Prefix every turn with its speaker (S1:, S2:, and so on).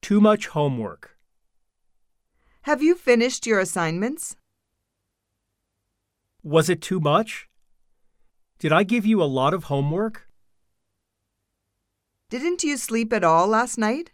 S1: Too much homework.
S2: Have you finished your assignments?
S1: Was it too much? Did I give you a lot of homework?
S2: Didn't you sleep at all last night?